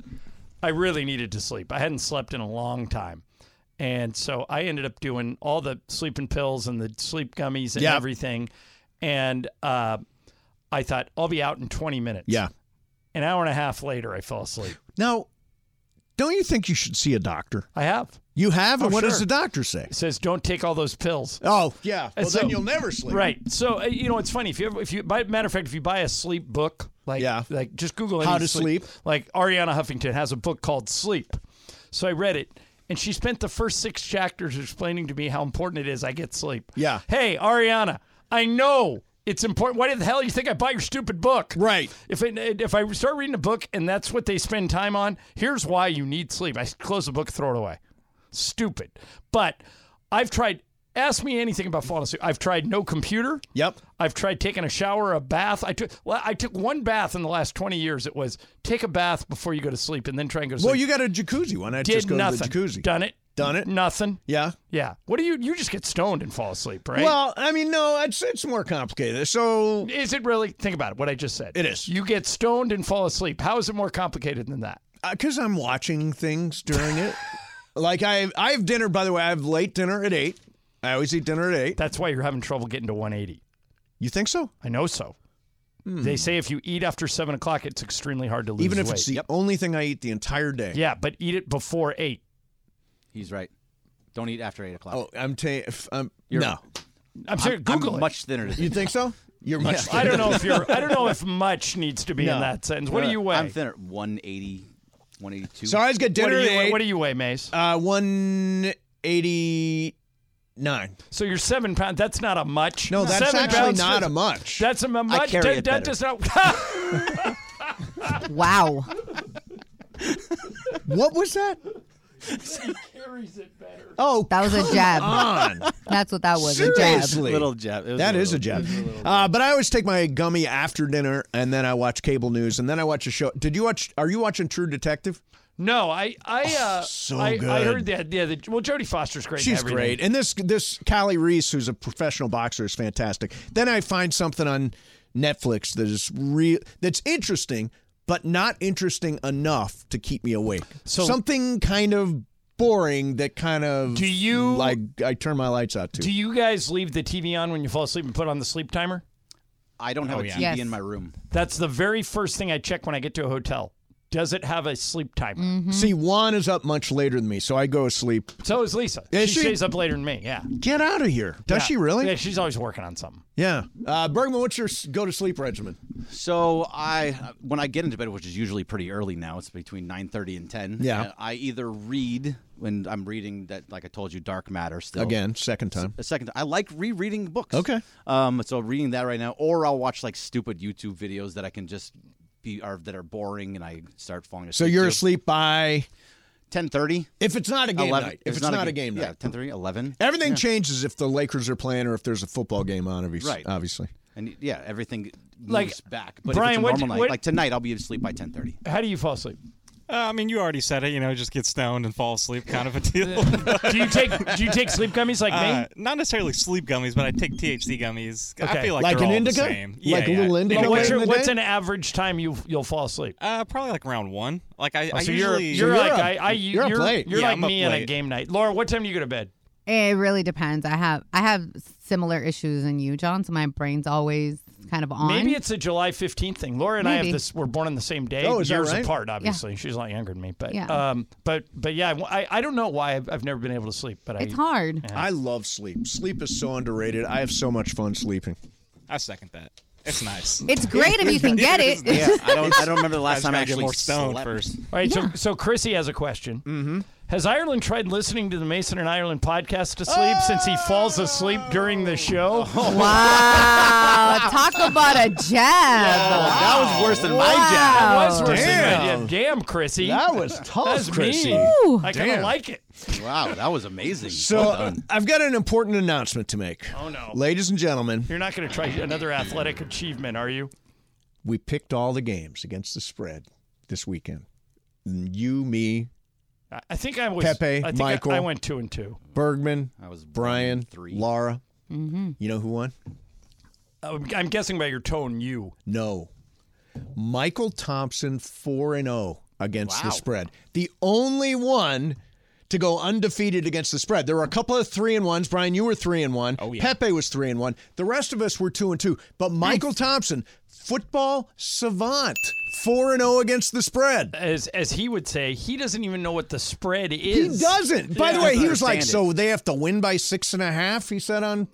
I really needed to sleep. I hadn't slept in a long time. And so I ended up doing all the sleeping pills and the sleep gummies and Yeah. everything. And uh, I thought, I'll be out in 20 minutes. Yeah. An hour and a half later, I fell asleep. Now, don't you think you should see a doctor? I have. You have, and Oh, what does sure. the doctor say? says don't take all those pills. Oh yeah, And well then so- you'll never sleep. Right. So uh, you know it's funny if you ever, if you by matter of fact if you buy a sleep book like like just Google How any to like Ariana Huffington has a book called Sleep. So I read it and she spent the first six chapters explaining to me how important it is I get sleep. Yeah. Hey Ariana, I know It's important. Why the hell do you think I buy your stupid book? Right. If I, if I start reading a book and that's what they spend time on, here's why you need sleep. I close the book, throw it away. Stupid. But I've tried. Ask me anything about falling asleep. I've tried no computer. Yep. I've tried taking a shower, a bath. I took well, I took one bath in the last twenty years. It was take a bath before you go to sleep and then try and go to sleep. Well, you got a jacuzzi. Why not Did just go nothing. to the jacuzzi? Done it. Done it. Nothing. Yeah. Yeah. What do you? You just get stoned and fall asleep, right? Well, I mean, no, it's it's more complicated. So is it really? Think about it. What I just said. It is. You get stoned and fall asleep. How is it more complicated than that? because uh, I'm watching things during it. like I I have dinner. By the way, I have late dinner at eight. I always eat dinner at eight. That's why you're having trouble getting to 180. You think so? I know so. They say if you eat after seven o'clock, it's extremely hard to lose Hmm. Even if weight. it's the only thing I eat the entire day. yeah, but eat it before eight. He's right. Don't eat after eight o'clock. Oh, I'm ta- if I'm no. I'm sorry. Google it. much thinner. Than You think so? You're much. I don't know if you're. I don't know if much needs to be No. Uh, in that sentence. What do you weigh? Uh, I'm thinner. 180, 182. So I always get dinner what do you at weigh? eight. What do you weigh, Mace? Uh, one eighty nine. So you're seven pounds. That's not a much. No, that's seven actually pounds not is- a much. That's a, much. carry that, it that better. does not. Wow. what was that? he carries it better. Oh, that was a come jab. on. That's what that was. Seriously, A jab. jab. That is a jab. Uh, but I always take my gummy after dinner, and then I watch cable news, and then I watch a show. Did you watch? Are you watching True Detective? No, I I uh, Oh, so I, I good. heard that. Yeah, the, well, Jodie Foster's great. in She's everything. great, and this this Callie Reese, who's a professional boxer, is fantastic. Then I find something on Netflix that is real, that's interesting, but not interesting enough to keep me awake. So- something kind of boring that kind of Do you- like? I turn my lights out to. Do you guys leave the TV on when you fall asleep and put on the sleep timer? I don't have Oh, a yeah. TV Yes. in my room. That's the very first thing I check when I get to a hotel. Does it have a sleep timer? See, Juan is up much later than me, so I go to sleep. So is Lisa. Yeah, she, she- stays up later than me. Yeah. Get out of here! Does Yeah. she really? Yeah, she's always working on something. Yeah. Uh, Bergman, what's your go to sleep regimen? So I, when I get into bed, which is usually pretty early now, it's between nine thirty and ten. Yeah. uh, I either read when I'm reading that, like I told you, Dark Matter. Oh. Still Again, second time. A second, I like rereading books. Okay. Um, so reading that right now, or I'll watch like stupid YouTube videos that I can just be are that are boring, and I start falling So asleep. you're asleep by ten thirty. if it's not a game night. If it's, not, a game, yeah, night. Eh. 10, 11. Everything changes if the Lakers are playing or if there's a football game on. Obviously, Right. obviously. And yeah, everything moves Like, back. But Brian, if what- it's a normal night, what- like tonight, I'll be asleep by ten thirty. How do you fall asleep? Uh, I mean, you already said it. You know, just get stoned and fall asleep, kind of a deal. do you take Do you take sleep gummies like Uh, me? not necessarily sleep gummies, but I take THC gummies. I Okay. feel like, Like they're an all indica? The same. Like a little indica Well, what's way your- in the what's day? an average time you you'll fall asleep? Uh, probably like around one. Like I, Oh, I so you're usually you're like I, I you're you're, Yeah, like I'm up me on a late. game night. Laura, what time do you go to bed? It really depends. I have I have similar issues than you, John. So my brain's always kind of on. Maybe it's a July 15th thing. Laura and I have Maybe. this. We're born on the same day, Oh, is that years right? apart. Yeah. Obviously, she's a lot younger than me. But Yeah. um, but but yeah, I, I don't know why I've, I've never been able to sleep. But It's I, hard. I love sleep. Sleep is so underrated. I have so much fun sleeping. I second that. It's nice. It's great if you can get it. last time I get actually more stoned slept. first. All right, so so Chrissy has a question. Mm-hmm. Has Ireland tried listening to the Mason and Ireland podcast to sleep since he falls asleep during the show? Wow, talk about a jab. that was worse than my jab. That was worse than Damn. my jab. Damn, Chrissy. That was That's tough, mean. Chrissy. Ooh. I kind of Damn. like it. Wow, that was amazing. So Well uh, done. I've got an important announcement to make. Oh, no. ladies and gentlemen, You're not going to try another athletic achievement, are you? we picked all the games against the spread this weekend. You, me, I- I think I was. Pepe, I think I- Michael. I, went two and two. Bergman. I was Brian, Laura. Mm-hmm. You know who won? I'm, Um, I'm guessing by your tone, you. No. Michael Thompson 4 and 0 against the Wow. spread. The only one to go undefeated against the spread. There were a couple of 3 and 1s. Brian, you were 3 and 1. Oh, yeah. Pepe was 3 and 1. The rest of us were 2 and 2. But Michael Thompson, football savant, 4 and 0 against the spread. As as he would say, he doesn't even know what the spread He is. doesn't. By Yeah. the way, he was like, so they have to win by six and a half, he said on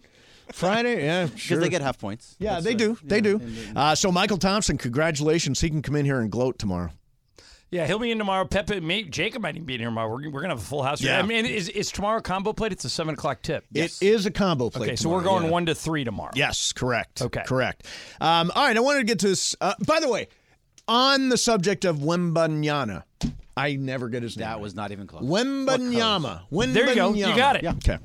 Friday. Yeah, sure. they get half points. Yeah, That's they right. do. They Yeah, do. and Uh, so, Michael Thompson, congratulations. He can come in here and gloat tomorrow. Yeah, he'll be in tomorrow. Pepe, me, Jacob might even be in here tomorrow. We're, we're gonna have a full house. here. Yeah. I mean, is, is tomorrow combo plate? It's a seven o'clock tip. It is a combo plate. Okay, so we're tomorrow, going yeah. one to three tomorrow. Yes, correct. Okay, correct. Um, all right, I wanted to get to this. Uh, by the way, on the subject of Wembanyama, I never get his name. That was not even close. Wembanyama. Wembanyama. There you go. You got it. Yeah, Okay.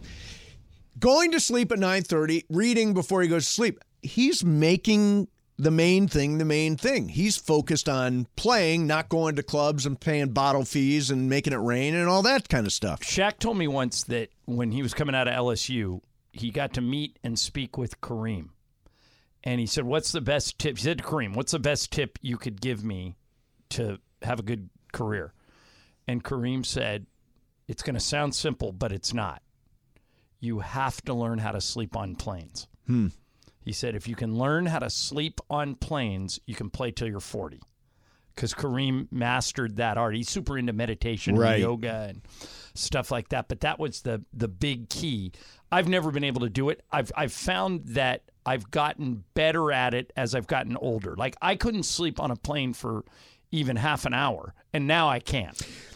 Going to sleep at nine thirty. Reading before he goes to sleep. He's making the main thing the main thing. He's focused on playing, not going to clubs and paying bottle fees and making it rain and all that kind of stuff. Shaq told me once that when he was coming out of LSU, he got to meet and speak with Kareem. And he said, What's the best tip? He said to Kareem, What's the best tip you could give me to have a good career? And Kareem said, It's going to sound simple, but it's not. You have to learn how to sleep on planes. Hmm. He said, If you can learn how to sleep on planes, you can play till you're 40. Because Kareem mastered that art. He's super into meditation, and Right. yoga, yoga and stuff like that. But that was the the big key. I've never been able to do it. I've I've found that I've gotten better at it as I've gotten older. Like I couldn't sleep on a plane for even half an hour, and now I can.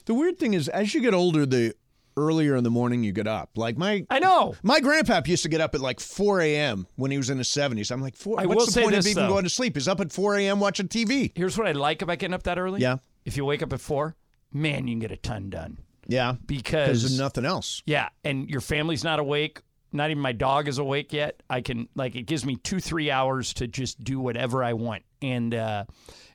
The weird thing is, as you get older, the earlier in the morning you get up. Like my, I know my grandpap used to get up at like 4 a.m. when he was in his 70s. I'm like, four, I will what's the say point this, of even though. going to sleep? He's up at 4 a.m. watching TV. Here's what I like about getting up that early. Yeah. If you wake up at four, man, you can get a ton done. Yeah, Because- there's nothing else. Yeah, and your family's not awake. Not even my dog is awake yet. I can like it gives me two three hours to just do whatever I want. And uh,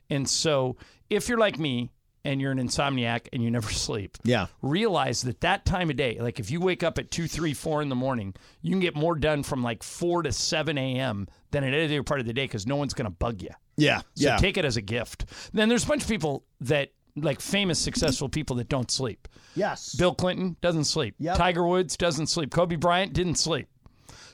and so if you're like me and you're an insomniac and you never sleep, Yeah. realize that that time of day, like if you wake up at two three four in the morning, you can get more done from like four to seven a.m. than at any other part of the day because no one's gonna bug you. Yeah, So yeah. take it as a gift. Then there's a bunch of people that like famous successful people that don't sleep. Yes. Bill Clinton doesn't sleep. Tiger Woods doesn't sleep. Kobe Bryant didn't sleep.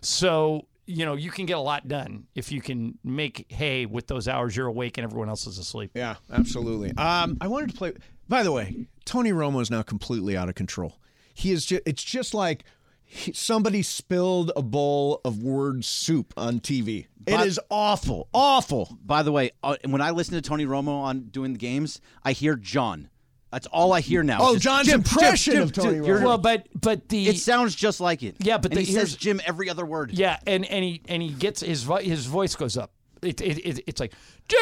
So, you know, you can get a lot done if you can make hay with those hours you're awake and everyone else is asleep. Yeah, absolutely. Um, I wanted to play. By the way, Tony Romo is now completely out of control. He is. Just, it's just like he, somebody spilled a bowl of word soup on TV. it is awful, awful. By the way, uh, when I listen to Tony Romo on doing the games, I hear John. That's all I hear now. Oh, Just, John's "Jim, impression Jim, of Jim, Tony Jim." Romo. You're- Well, but but the it sounds just like it. Yeah, but And the- he says here's- Jim every other word. Yeah, and and he and he gets his vo- his voice goes up. It, it, it it's like Jim,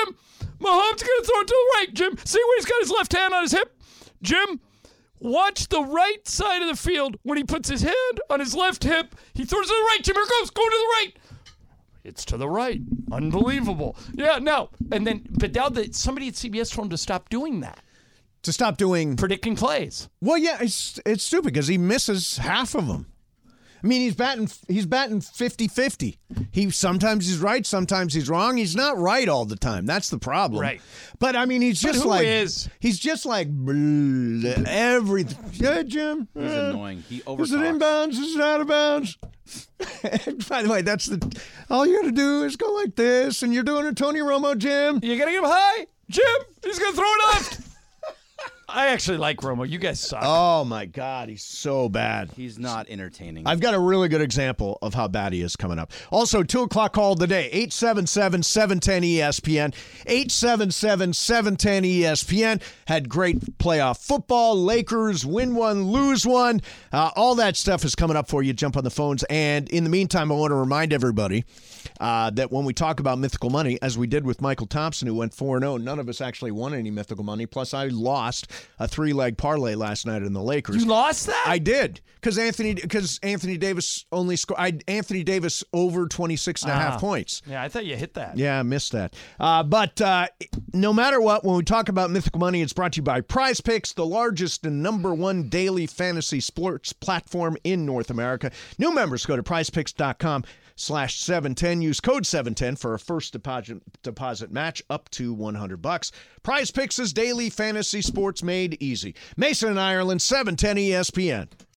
Mahomes gonna throw it to the right. Jim, see where he's got his left hand on his hip. Jim, watch the right side of the field when he puts his hand on his left hip. He throws it to the right. Jim, here it goes. Go to the right. It's to the right. Unbelievable. Yeah, no. And then, but now that somebody at CBS told him to stop doing that. To stop doing predicting plays. Well, yeah, it's it's stupid because he misses half of them. I mean, he's batting he's batting 50-50. He sometimes he's right, sometimes he's wrong. He's not right all the time. That's the problem. Right. But I mean, he's But just who like is? he's just like bleh, everything. Yeah, Jim. He's uh, annoying. He Is it overtalks. inbounds? Is it out of bounds? By the way, that's the all you got to do is go like this, and you're doing a Tony Romo, Jim. You gotta give him high, Jim. He's gonna throw it left. I actually like Romo. You guys suck. Oh my God, he's so bad. He's not entertaining. I've got a really good example of how bad he is coming up. Also, 2 o'clock call of the day, E 877-710-ESPN, E 877-710-ESPN. Had great playoff football, Lakers, win one, lose one. Uh, all that stuff is coming up for you. Jump on the phones. And in the meantime, I want to remind everybody uh, that when we talk about mythical money, as we did with Michael Thompson, who went 4 0, none of us actually won any mythical money. Plus, I lost a three leg parlay last night in the Lakers. You lost that? I did. Because Anthony because Anthony Davis only scored. I Anthony Davis over 26 and a half Ah. points. Yeah, I thought you hit that. Yeah, I missed that. Uh, but uh, no matter what, when we talk about mythical money, it's brought to you by Prize Picks, the largest and number one daily fantasy sports platform in North America. New members go to prizepicks.com slash 710. Use code 710 for a first deposit deposit match up to 100 bucks. Prize E Picks is daily fantasy sports made easy. Mason in Ireland, 710 ESPN.